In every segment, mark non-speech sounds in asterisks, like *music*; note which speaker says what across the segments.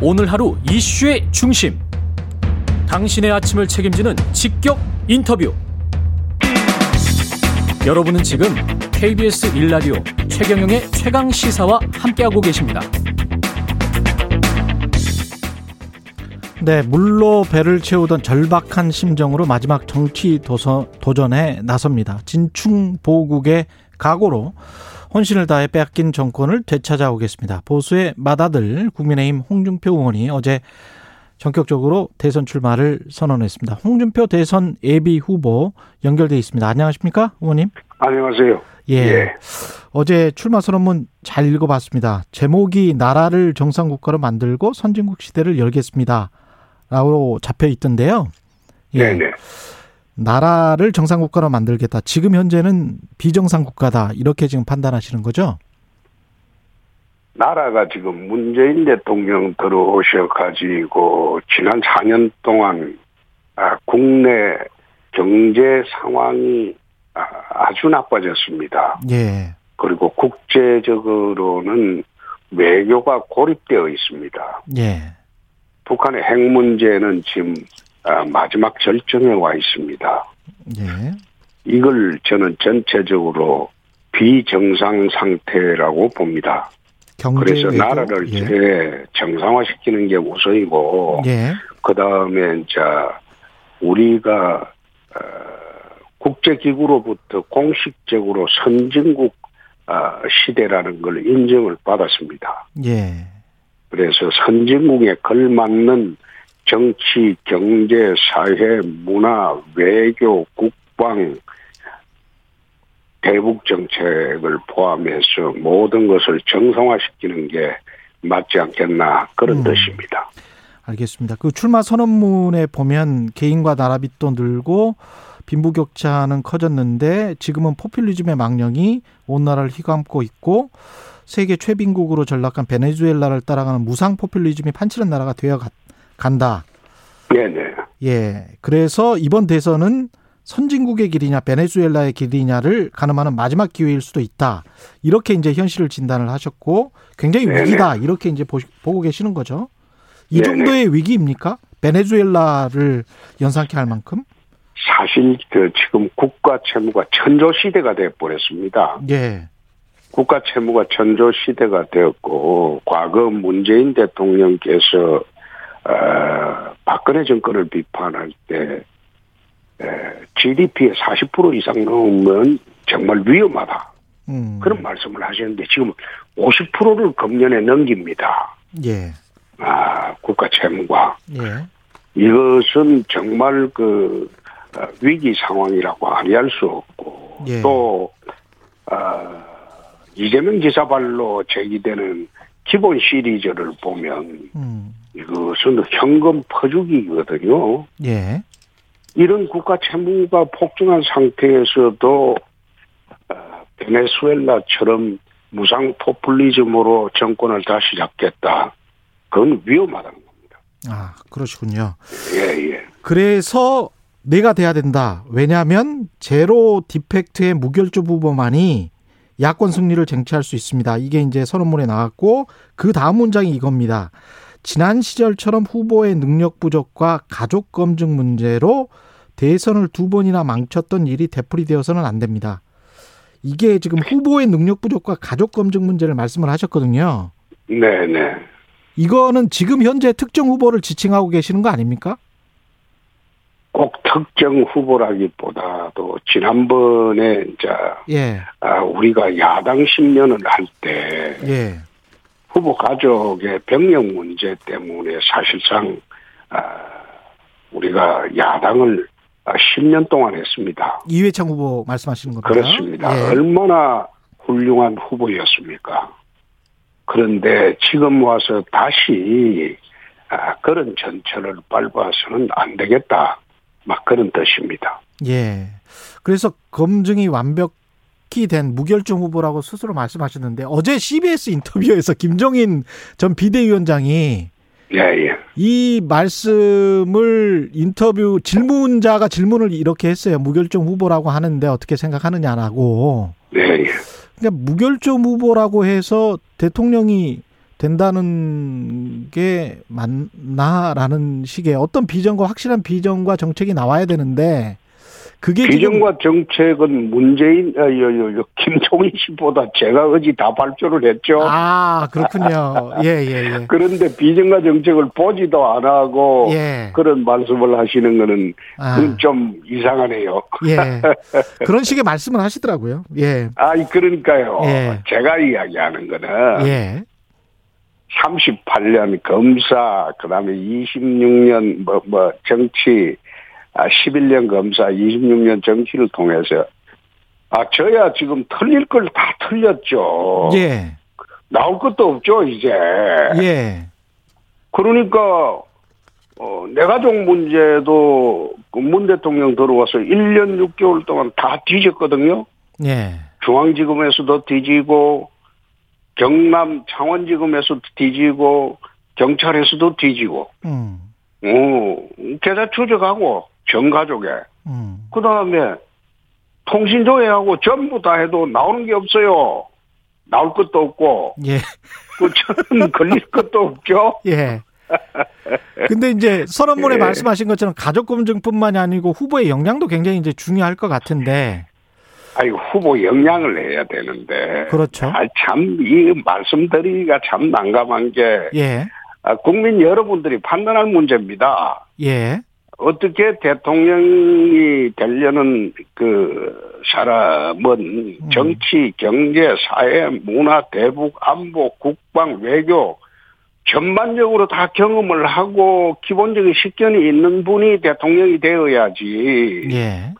Speaker 1: 오늘 하루 이슈의 중심. 당신의 아침을 책임지는 직격 인터뷰. 여러분은 지금 KBS 일라디오 최경영의 최강 시사와 함께하고 계십니다.
Speaker 2: 네, 물로 배를 채우던 절박한 심정으로 마지막 정치 도서, 도전에 나섭니다. 진충보국의 각오로 혼신을 다해 빼앗긴 정권을 되찾아오겠습니다. 보수의 맏아들 국민의힘 홍준표 의원이 어제 전격적으로 대선 출마를 선언했습니다. 홍준표 대선 예비 후보 연결돼 있습니다. 안녕하십니까, 의원님?
Speaker 3: 안녕하세요.
Speaker 2: 예.
Speaker 3: 예.
Speaker 2: 어제 출마 선언문 잘 읽어봤습니다. 제목이 나라를 정상국가로 만들고 선진국 시대를 열겠습니다. 라고 잡혀 있던데요. 예.
Speaker 3: 네네.
Speaker 2: 나라를 정상국가로 만들겠다. 지금 현재는 비정상국가다. 이렇게 지금 판단하시는 거죠?
Speaker 3: 나라가 지금 문재인 대통령 들어오셔가지고 지난 4년 동안 아, 국내 경제 상황이 아, 아주 나빠졌습니다.
Speaker 2: 예.
Speaker 3: 그리고 국제적으로는 외교가 고립되어 있습니다.
Speaker 2: 예.
Speaker 3: 북한의 핵 문제는 지금 아, 마지막 절정에 와 있습니다.
Speaker 2: 예.
Speaker 3: 이걸 저는 전체적으로 비정상 상태라고 봅니다.
Speaker 2: 경제
Speaker 3: 그래서
Speaker 2: 외교,
Speaker 3: 나라를
Speaker 2: 예.
Speaker 3: 예, 정상화시키는 게 우선이고
Speaker 2: 예.
Speaker 3: 그 다음에 이제 우리가 어, 국제기구로부터 공식적으로 선진국 아, 시대라는 걸 인정을 받았습니다.
Speaker 2: 예.
Speaker 3: 그래서 선진국에 걸맞는 정치, 경제, 사회, 문화, 외교, 국방, 대북 정책을 포함해서 모든 것을 정상화시키는 게 맞지 않겠나 그런
Speaker 2: 음.
Speaker 3: 뜻입니다.
Speaker 2: 알겠습니다. 그 출마 선언문에 보면 개인과 나라 빚도 늘고 빈부격차는 커졌는데 지금은 포퓰리즘의 망령이 온 나라를 휘감고 있고 세계 최빈국으로 전락한 베네수엘라를 따라가는 무상 포퓰리즘이 판치는 나라가 되어 가- 간다.
Speaker 3: 네네.
Speaker 2: 예. 그래서 이번 대선은 선진국의 길이냐 베네수엘라의 길이냐를 가늠하는 마지막 기회일 수도 있다. 이렇게 이제 현실을 진단을 하셨고 굉장히
Speaker 3: 네네.
Speaker 2: 위기다. 이렇게 이제 보시- 보고 계시는 거죠. 이
Speaker 3: 네네.
Speaker 2: 정도의 위기입니까? 베네수엘라를 연상케 할 만큼?
Speaker 3: 사실 그 지금 국가 채무가 천조 시대가 돼 버렸습니다.
Speaker 2: 예.
Speaker 3: 국가 채무가 천조 시대가 되었고 과거 문재인 대통령께서 어, 박근혜 정권을 비판할 때 에, GDP의 40% 이상 넘으면 정말 위험하다
Speaker 2: 음.
Speaker 3: 그런 말씀을 하시는데 지금 50%를 금년에 넘깁니다.
Speaker 2: 예.
Speaker 3: 아 국가 채무가
Speaker 2: 예.
Speaker 3: 이것은 정말 그 어, 위기 상황이라고 항의할 수 없고
Speaker 2: 예.
Speaker 3: 또 어, 이재명 지사발로 제기되는 기본 시리즈를 보면
Speaker 2: 음.
Speaker 3: 이것은 현금 퍼주기거든요.
Speaker 2: 예.
Speaker 3: 이런 국가 채무가 폭증한 상태에서도 어, 베네수엘라처럼 무상 포퓰리즘으로 정권을 다시 잡겠다. 그건 위험하다는 겁니다.
Speaker 2: 아, 그러시군요.
Speaker 3: 예, 예.
Speaker 2: 그래서 내가 돼야 된다. 왜냐하면 제로 디펙트의 무결점 후보만이 야권 승리를 쟁취할 수 있습니다. 이게 이제 선언문에 나왔고 그 다음 문장이 이겁니다. 지난 시절처럼 후보의 능력 부족과 가족 검증 문제로 대선을 두 번이나 망쳤던 일이 되풀이되어서는 안 됩니다. 이게 지금 후보의 능력 부족과 가족 검증 문제를 말씀을 하셨거든요.
Speaker 3: 네, 네.
Speaker 2: 이거는 지금 현재 특정 후보를 지칭하고 계시는 거 아닙니까?
Speaker 3: 꼭 특정 후보라기보다도 지난번에 이제
Speaker 2: 예,
Speaker 3: 아, 우리가 야당 10년을 할 때
Speaker 2: 예,
Speaker 3: 후보 가족의 병력 문제 때문에 사실상 아, 우리가 야당을 아, 10년 동안 했습니다.
Speaker 2: 이회창 후보 말씀하시는 겁니다.
Speaker 3: 그렇습니다.
Speaker 2: 예.
Speaker 3: 얼마나 훌륭한 후보였습니까? 그런데 지금 와서 다시 아, 그런 전철을 밟아서는 안 되겠다. 막 그런 뜻입니다.
Speaker 2: 예. 그래서 검증이 완벽히 된 무결점 후보라고 스스로 말씀하셨는데 어제 CBS 인터뷰에서 김종인 전 비대위원장이
Speaker 3: 예, 예.
Speaker 2: 이 말씀을 인터뷰 질문자가 질문을 이렇게 했어요. 무결점 후보라고 하는데 어떻게 생각하느냐라고.
Speaker 3: 예, 예.
Speaker 2: 그러니까 무결점 후보라고 해서 대통령이 된다는 게 맞나라는 식의 어떤 비전과 확실한 비전과 정책이 나와야 되는데 그게 지금
Speaker 3: 비전과 정책은 문재인, 아, 요, 요, 요, 김종인 씨보다 제가 어제 다 발표를 했죠.
Speaker 2: 아 그렇군요. 예예
Speaker 3: 그런데 비전과 정책을 보지도 안 하고
Speaker 2: 예. 예.
Speaker 3: 그런 말씀을 하시는 거는
Speaker 2: 아,
Speaker 3: 그건 좀 이상하네요.
Speaker 2: 예. 그런 식의 말씀을 하시더라고요. 예.
Speaker 3: 아, 그러니까요.
Speaker 2: 예.
Speaker 3: 제가 이야기하는 거는
Speaker 2: 예.
Speaker 3: 38년 검사, 그 다음에 26년 뭐, 뭐, 정치, 아, 11년 검사, 26년 정치를 통해서, 아, 저야 지금 틀릴 걸 다 틀렸죠.
Speaker 2: 예.
Speaker 3: 나올 것도 없죠, 이제.
Speaker 2: 예.
Speaker 3: 그러니까, 어, 내가족 문제도 그문 대통령 들어와서 1년 6개월 동안 다 뒤졌거든요.
Speaker 2: 예.
Speaker 3: 중앙지검에서도 뒤지고 경남 창원지검에서 뒤지고 경찰에서도 뒤지고
Speaker 2: 음.
Speaker 3: 오, 계좌 추적하고 전가족에
Speaker 2: 음.
Speaker 3: 그다음에 통신조회하고 전부 다 해도 나오는 게 없어요. 나올 것도 없고
Speaker 2: 예.
Speaker 3: 그 *laughs* 저는 걸릴 것도 없죠.
Speaker 2: 예. 근데 이제 서른문에
Speaker 3: 예.
Speaker 2: 말씀하신 것처럼 가족 검증뿐만이 아니고 후보의 역량도 굉장히 이제 중요할 것 같은데
Speaker 3: 아니 후보 영향을 해야 되는데 아,
Speaker 2: 그렇죠.
Speaker 3: 참이 말씀드리기가 참 난감한 게
Speaker 2: 예.
Speaker 3: 아, 국민 여러분들이 판단할 문제입니다.
Speaker 2: 예.
Speaker 3: 어떻게 대통령이 되려는 그 사람은
Speaker 2: 음.
Speaker 3: 정치, 경제, 사회, 문화, 대북, 안보, 국방, 외교 전반적으로 다 경험을 하고 기본적인 식견이 있는 분이 대통령이 되어야지
Speaker 2: 예.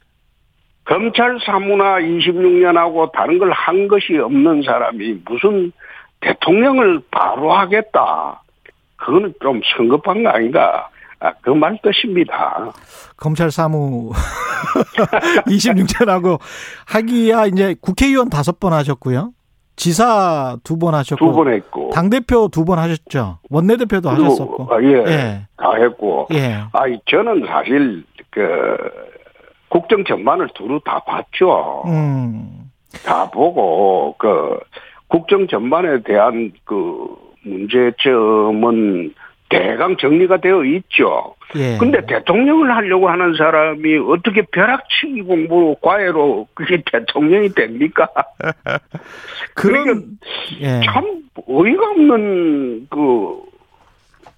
Speaker 3: 검찰 사무나 26년하고 다른 걸 한 것이 없는 사람이 무슨 대통령을 바로 하겠다. 그거는 좀 성급한 거 아닌가. 아, 그 말 뜻입니다.
Speaker 2: 검찰 사무 *laughs* 26년하고 하기야 이제 국회의원 다섯 번 하셨고요. 지사 두 번 하셨고
Speaker 3: 두 번 했고.
Speaker 2: 당 대표 두 번 하셨죠. 원내 대표도
Speaker 3: 그리고,
Speaker 2: 하셨었고.
Speaker 3: 아, 예,
Speaker 2: 예.
Speaker 3: 다 했고.
Speaker 2: 예.
Speaker 3: 아니, 저는 사실, 그, 국정 전반을 두루 다 봤죠.
Speaker 2: 음.
Speaker 3: 다 보고, 그, 국정 전반에 대한 그 문제점은 대강 정리가 되어 있죠.
Speaker 2: 예.
Speaker 3: 근데 대통령을 하려고 하는 사람이 어떻게 벼락치기 공부 과외로 그게 대통령이 됩니까? 그러니까
Speaker 2: 그런 예.
Speaker 3: 참 어이가 없는 그,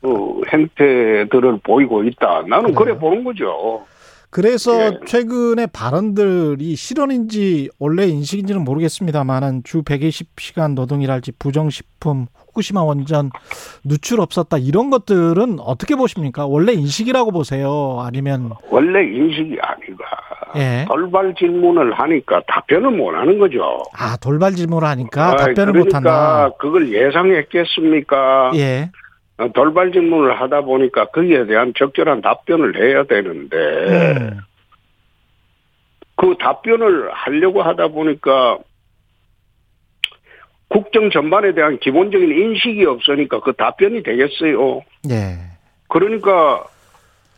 Speaker 3: 어, 행태들을 보이고 있다.
Speaker 2: 그래요?
Speaker 3: 나는 그래 보는 거죠.
Speaker 2: 그래서
Speaker 3: 예.
Speaker 2: 최근에 발언들이 실언인지 원래 인식인지는 모르겠습니다만은 주 120시간 노동이랄지 부정식품 후쿠시마 원전 누출 없었다 이런 것들은 어떻게 보십니까? 원래 인식이라고 보세요? 아니면
Speaker 3: 원래 인식이 아니가.
Speaker 2: 예.
Speaker 3: 돌발 질문을 하니까 답변을 못 하는 거죠.
Speaker 2: 아 돌발 질문을 하니까
Speaker 3: 아이,
Speaker 2: 답변을
Speaker 3: 그러니까
Speaker 2: 못한다.
Speaker 3: 그걸 예상했겠습니까?
Speaker 2: 예.
Speaker 3: 어, 돌발 질문을 하다 보니까 거기에 대한 적절한 답변을 해야 되는데
Speaker 2: 음.
Speaker 3: 그 답변을 하려고 하다 보니까 국정 전반에 대한 기본적인 인식이 없으니까 그 답변이 되겠어요.
Speaker 2: 예.
Speaker 3: 그러니까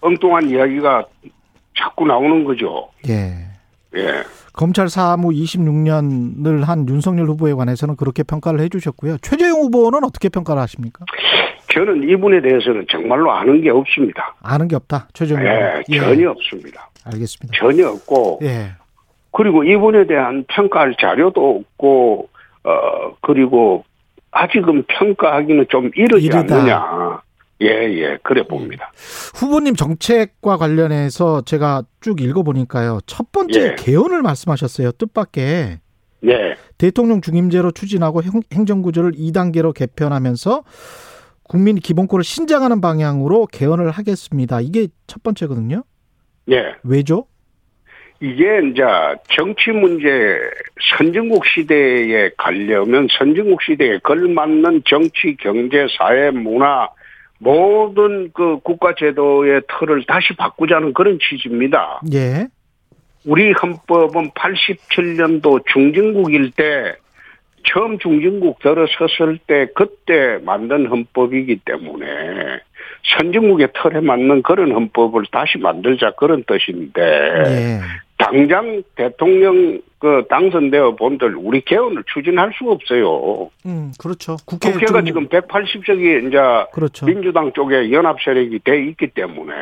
Speaker 3: 엉뚱한 이야기가 자꾸 나오는 거죠.
Speaker 2: 예.
Speaker 3: 예.
Speaker 2: 검찰 사무 26년을 한 윤석열 후보에 관해서는 그렇게 평가를 해주셨고요. 최재형 후보는 어떻게 평가를 하십니까?
Speaker 3: 저는 이분에 대해서는 정말로 아는 게 없습니다.
Speaker 2: 아는 게 없다. 최재형 후보.
Speaker 3: 예,
Speaker 2: 예.
Speaker 3: 전혀 없습니다.
Speaker 2: 알겠습니다.
Speaker 3: 전혀 없고
Speaker 2: 예.
Speaker 3: 그리고 이분에 대한 평가할 자료도 없고 어 그리고 아직은 평가하기는 좀 이르지
Speaker 2: 이르다.
Speaker 3: 않느냐. 예예 그래 봅니다.
Speaker 2: 후보님 정책과 관련해서 제가 쭉 읽어보니까요. 첫 번째
Speaker 3: 예.
Speaker 2: 개헌을 말씀하셨어요. 뜻밖의
Speaker 3: 예
Speaker 2: 대통령 중임제로 추진하고 형- 행정구조를 2단계로 개편하면서 국민 기본권을 신장하는 방향으로 개헌을 하겠습니다. 이게 첫 번째거든요.
Speaker 3: 예.
Speaker 2: 왜죠?
Speaker 3: 이게 이제 정치 문제 선진국 시대에 가려면 선진국 시대에 걸맞는 정치 경제 사회 문화 모든 그 국가 제도의 틀을 다시 바꾸자는 그런 취지입니다.
Speaker 2: 예.
Speaker 3: 우리 헌법은 87년도 중진국일 때 처음 중진국 들어섰을 때 그때 만든 헌법이기 때문에 선진국의 틀에 맞는 그런 헌법을 다시 만들자 그런 뜻인데
Speaker 2: 예.
Speaker 3: 당장 대통령 그 당선되어 본들 우리 개헌을 추진할 수가 없어요.
Speaker 2: 음, 그렇죠. 국회
Speaker 3: 국회가
Speaker 2: 좀-
Speaker 3: 지금 180석이 이제
Speaker 2: 그렇죠.
Speaker 3: 민주당 쪽에 연합 세력이 돼 있기 때문에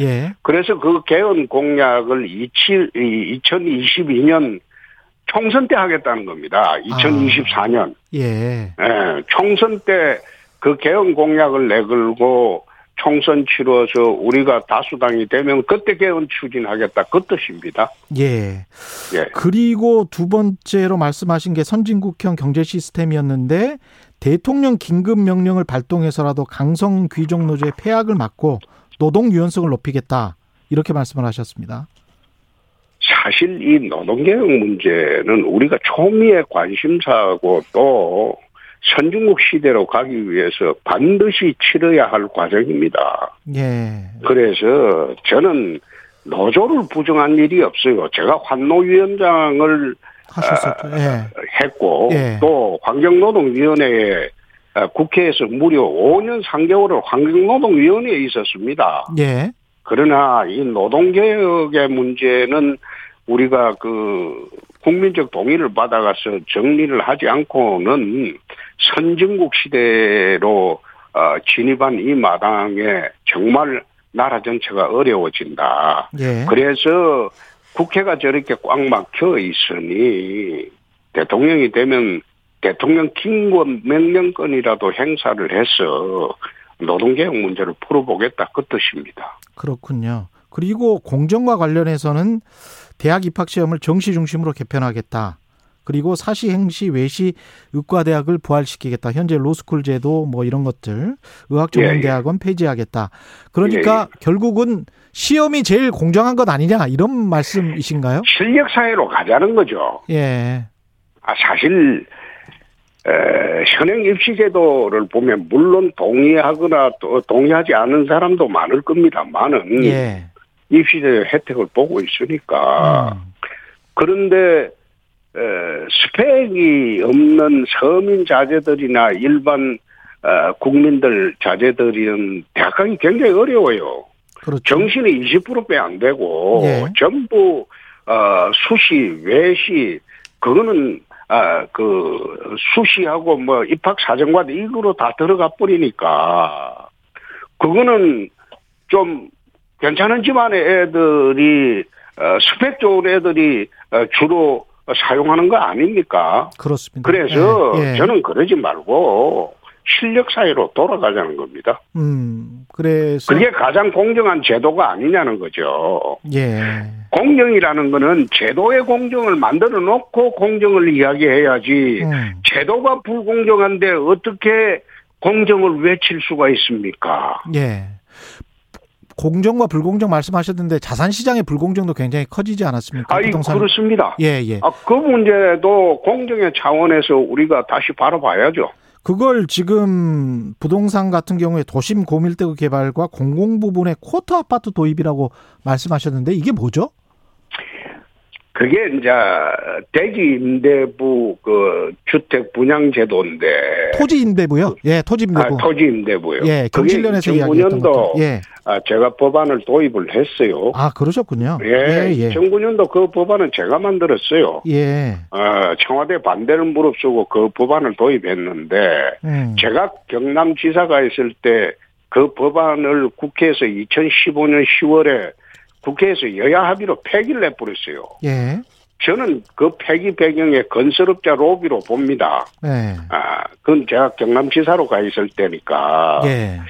Speaker 2: 예.
Speaker 3: 그래서 그 개헌 공약을 27, 이 2022년 총선 때 하겠다는 겁니다. 2024년.
Speaker 2: 예.
Speaker 3: 예, 총선 때 그 개헌 공약을 내걸고 총선 치러서 우리가 다수당이 되면 그때 개헌 추진하겠다. 그 뜻입니다.
Speaker 2: 예.
Speaker 3: 예.
Speaker 2: 그리고 두 번째로 말씀하신 게 선진국형 경제 시스템이었는데 대통령 긴급 명령을 발동해서라도 강성 귀족 노조의 폐악을 막고 노동 유연성을 높이겠다. 이렇게 말씀을 하셨습니다.
Speaker 3: 사실 이 노동개혁 문제는 우리가 초미의 관심사고 또 선진국 시대로 가기 위해서 반드시 치러야 할 과정입니다.
Speaker 2: 예.
Speaker 3: 그래서 저는 노조를 부정한 일이 없어요. 제가 환노위원장을
Speaker 2: 하셨었죠. 예.
Speaker 3: 했고
Speaker 2: 예.
Speaker 3: 또 환경노동위원회에 어, 국회에서 무려 5년 3개월을 환경노동위원회에 있었습니다.
Speaker 2: 예.
Speaker 3: 그러나 이 노동개혁의 문제는 우리가 그 국민적 동의를 받아가서 정리를 하지 않고는 선진국 시대로 어, 진입한 이 마당에 정말 나라 전체가 어려워진다.
Speaker 2: 예.
Speaker 3: 그래서 국회가 저렇게 꽉 막혀 있으니 대통령이 되면 대통령 긴급 명령권이라도 행사를 해서 노동개혁 문제를 풀어보겠다 그 뜻입니다.
Speaker 2: 그렇군요. 그리고 공정과 관련해서는 대학 입학 시험을 정시 중심으로 개편하겠다. 그리고 사시 행시 외시 의과대학을 부활시키겠다. 현재 로스쿨 제도 뭐 이런 것들
Speaker 3: 예, 예.
Speaker 2: 의학전문대학원 폐지하겠다. 그러니까 결국은 시험이 제일 공정한 것 아니냐 이런 말씀이신가요?
Speaker 3: 실력 사회로 가자는 거죠.
Speaker 2: 예.
Speaker 3: 아, 사실 에, 현행 입시제도를 보면 물론 동의하거나 또 동의하지 않은 사람도 많을 겁니다만은
Speaker 2: 예.
Speaker 3: 입시제도 혜택을 보고 있으니까
Speaker 2: 음.
Speaker 3: 그런데 에, 스펙이 없는 서민 자제들이나 일반 어, 국민들 자제들은 대학 가기 굉장히 어려워요.
Speaker 2: 그렇죠.
Speaker 3: 정신이 20%빼 안 되고
Speaker 2: 예.
Speaker 3: 전부 어, 수시 외시 그거는 아, 아그 수시하고 뭐 입학 사정과도 이거로 다 들어가 버리니까 그거는 좀 괜찮은 집안의 애들이 어, 스펙 좋은 애들이 어, 주로 어, 사용하는 거 아닙니까?
Speaker 2: 그렇습니다.
Speaker 3: 그래서
Speaker 2: 예, 예.
Speaker 3: 저는 그러지 말고 실력 사이로 돌아가자는 겁니다.
Speaker 2: 음. 그래서
Speaker 3: 그게 가장 공정한 제도가 아니냐는 거죠.
Speaker 2: 예.
Speaker 3: 공정이라는 거는 제도의 공정을 만들어 놓고 공정을 이야기해야지
Speaker 2: 음.
Speaker 3: 제도가 불공정한데 어떻게 공정을 외칠 수가 있습니까?
Speaker 2: 예. 공정과 불공정 말씀하셨는데 자산 시장의 불공정도 굉장히 커지지 않았습니까?
Speaker 3: 아이 그렇습니다.
Speaker 2: 예, 예.
Speaker 3: 아, 그 문제도 공정의 차원에서 우리가 다시 바라봐야죠.
Speaker 2: 그걸 지금 부동산 같은 경우에 도심 고밀대구 개발과 공공 부분의 쿼터 아파트 도입이라고 말씀하셨는데 이게 뭐죠?
Speaker 3: 그게 이제 대지 임대부 그 주택 분양 제도인데
Speaker 2: 토지 임대부요? 예, 토지
Speaker 3: 아,
Speaker 2: 임대부.
Speaker 3: 토지 임대부요.
Speaker 2: 예, 경실련에서 이야기했던 것도.
Speaker 3: 2009년도
Speaker 2: 예.
Speaker 3: 아, 제가 법안을 도입을 했어요.
Speaker 2: 아, 그러셨군요.
Speaker 3: 예,
Speaker 2: 예.
Speaker 3: 2009년도 그 법안은 제가 만들었어요.
Speaker 2: 예.
Speaker 3: 어, 청와대 반대를 무릅쓰고 그 법안을 도입했는데
Speaker 2: 음.
Speaker 3: 제가 경남지사가 있을 때 그 법안을 국회에서 2015년 10월에 국회에서 여야 합의로 폐기를 해버렸어요.
Speaker 2: 예.
Speaker 3: 저는 그 폐기 배경에 건설업자 로비로 봅니다.
Speaker 2: 예.
Speaker 3: 아, 그건 제가 경남지사로 가 있을 때니까.
Speaker 2: 예.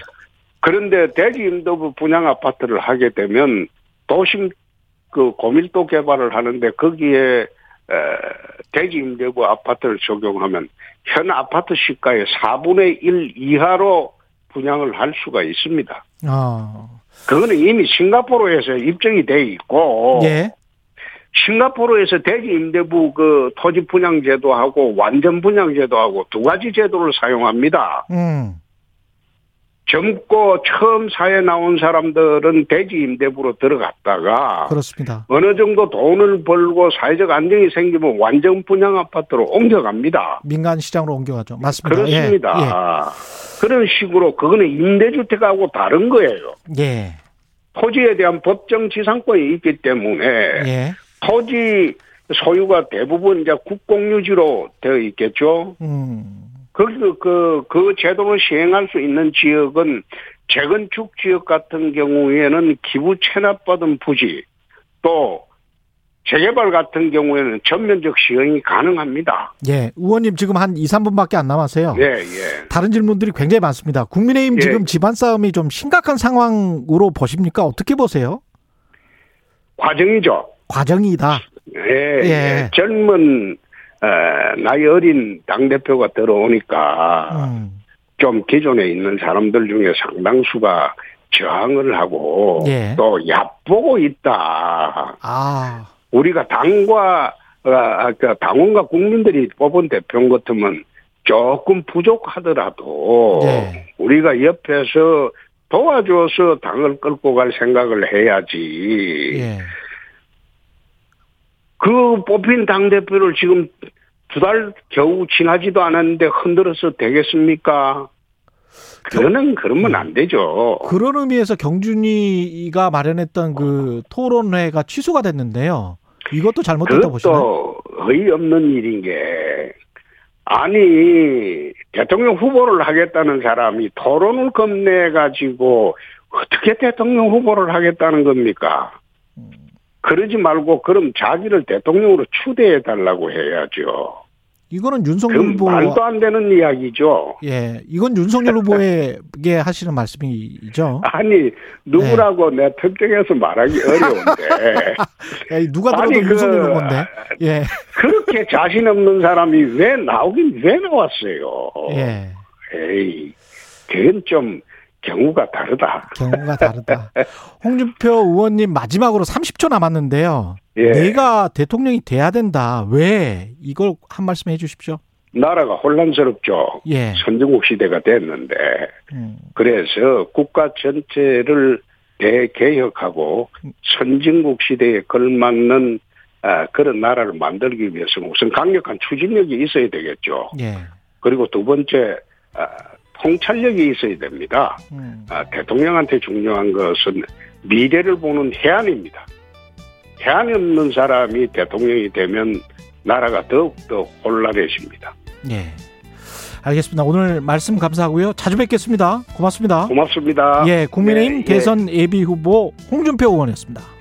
Speaker 3: 그런데 대지 임대부 분양 아파트를 하게 되면 도심 그 고밀도 개발을 하는데 거기에 에, 대지 임대부 아파트를 적용하면 현 아파트 시가의 4분의 1 이하로 분양을 할 수가 있습니다.
Speaker 2: 어.
Speaker 3: 그거는 이미 싱가포르에서 입증이 돼 있고
Speaker 2: 예.
Speaker 3: 싱가포르에서 대지 임대부 그 토지 분양 제도하고 완전 분양 제도하고 두 가지 제도를 사용합니다.
Speaker 2: 음.
Speaker 3: 젊고 처음 사회 나온 사람들은 대지 임대부로 들어갔다가
Speaker 2: 그렇습니다.
Speaker 3: 어느 정도 돈을 벌고 사회적 안정이 생기면 완전 분양 아파트로 옮겨갑니다.
Speaker 2: 민간 시장으로 옮겨가죠. 맞습니다. 예,
Speaker 3: 그렇습니다. 그런 식으로 그거는 임대주택하고 다른 거예요.
Speaker 2: 예.
Speaker 3: 토지에 대한 법정 지상권이 있기 때문에
Speaker 2: 예. 예.
Speaker 3: 토지 소유가 대부분 이제 국공유지로 되어 있겠죠.
Speaker 2: 음.
Speaker 3: 거기서 그, 그 제도를 시행할 수 있는 지역은 재건축 지역 같은 경우에는 기부 체납받은 부지 또 재개발 같은 경우에는 전면적 시행이 가능합니다.
Speaker 2: 예. 의원님 지금 한 2, 3분밖에 안 남았어요.
Speaker 3: 예, 예.
Speaker 2: 다른 질문들이 굉장히 많습니다. 국민의힘
Speaker 3: 예.
Speaker 2: 지금 집안 싸움이 좀 심각한 상황으로 보십니까? 어떻게 보세요?
Speaker 3: 과정이죠.
Speaker 2: 과정이다.
Speaker 3: 예,
Speaker 2: 예.
Speaker 3: 예. 젊은, 어, 나이 어린 당대표가 들어오니까
Speaker 2: 음.
Speaker 3: 좀 기존에 있는 사람들 중에 상당수가 저항을 하고
Speaker 2: 예.
Speaker 3: 어, 또 얕보고 있다.
Speaker 2: 아.
Speaker 3: 우리가 당과 어, 아, 그 당원과 국민들이 뽑은 대표 같으면 조금 부족하더라도
Speaker 2: 예.
Speaker 3: 우리가 옆에서 도와줘서 당을 끌고 갈 생각을 해야지.
Speaker 2: 예.
Speaker 3: 그 뽑힌 당 대표를 지금 두 달 겨우 지나지도 않았는데 흔들어서 되겠습니까? 그거는 그러면 안 되죠.
Speaker 2: 그런 의미에서 경준이가 마련했던 그 토론회가 취소가 됐는데요. 이것도 잘못됐다 보시나요?
Speaker 3: 그것도 어이없는 일인 게 아니 대통령 후보를 하겠다는 사람이 토론을 겁내 가지고 어떻게 대통령 후보를 하겠다는 겁니까?
Speaker 2: 음.
Speaker 3: 그러지 말고 그럼 자기를 대통령으로 추대해 달라고 해야죠.
Speaker 2: 이거는
Speaker 3: 그
Speaker 2: 윤석열 후보
Speaker 3: 말도 안 되는 이야기죠.
Speaker 2: 예, 이건 윤석열 후보에게 하시는 말씀이죠.
Speaker 3: 아니 누구라고
Speaker 2: 네.
Speaker 3: 내 특정해서 말하기
Speaker 2: *laughs*
Speaker 3: 어려운데
Speaker 2: 야, 이 누가 들어도
Speaker 3: 아니, 그-
Speaker 2: 윤석열 후보인데. 예,
Speaker 3: 그렇게 자신 없는 사람이 왜 나오긴 왜 나왔어요?
Speaker 2: 예.
Speaker 3: 에이, 그건 좀 경우가 다르다.
Speaker 2: 경우가 다르다. 홍준표 의원님 마지막으로 30초 남았는데요.
Speaker 3: 예.
Speaker 2: 내가 대통령이 돼야 된다. 왜 이걸 한 말씀 해주십시오.
Speaker 3: 나라가 혼란스럽죠.
Speaker 2: 예.
Speaker 3: 선진국 시대가 됐는데
Speaker 2: 음,
Speaker 3: 그래서 국가 전체를 대개혁하고 선진국 시대에 걸맞는 아, 그런 나라를 만들기 위해서는 우선 강력한 추진력이 있어야 되겠죠.
Speaker 2: 예.
Speaker 3: 그리고 두 번째 아, 통찰력이 있어야 됩니다.
Speaker 2: 음,
Speaker 3: 아, 대통령한테 중요한 것은 미래를 보는 해안입니다. 해안이 없는 사람이 대통령이 되면 나라가 더욱더 혼란해집니다.
Speaker 2: 예. 알겠습니다. 오늘 말씀 감사하고요. 자주 뵙겠습니다. 고맙습니다.
Speaker 3: 고맙습니다.
Speaker 2: 예, 국민의힘
Speaker 3: 네, 예.
Speaker 2: 대선 예비 후보 홍준표 의원이었습니다.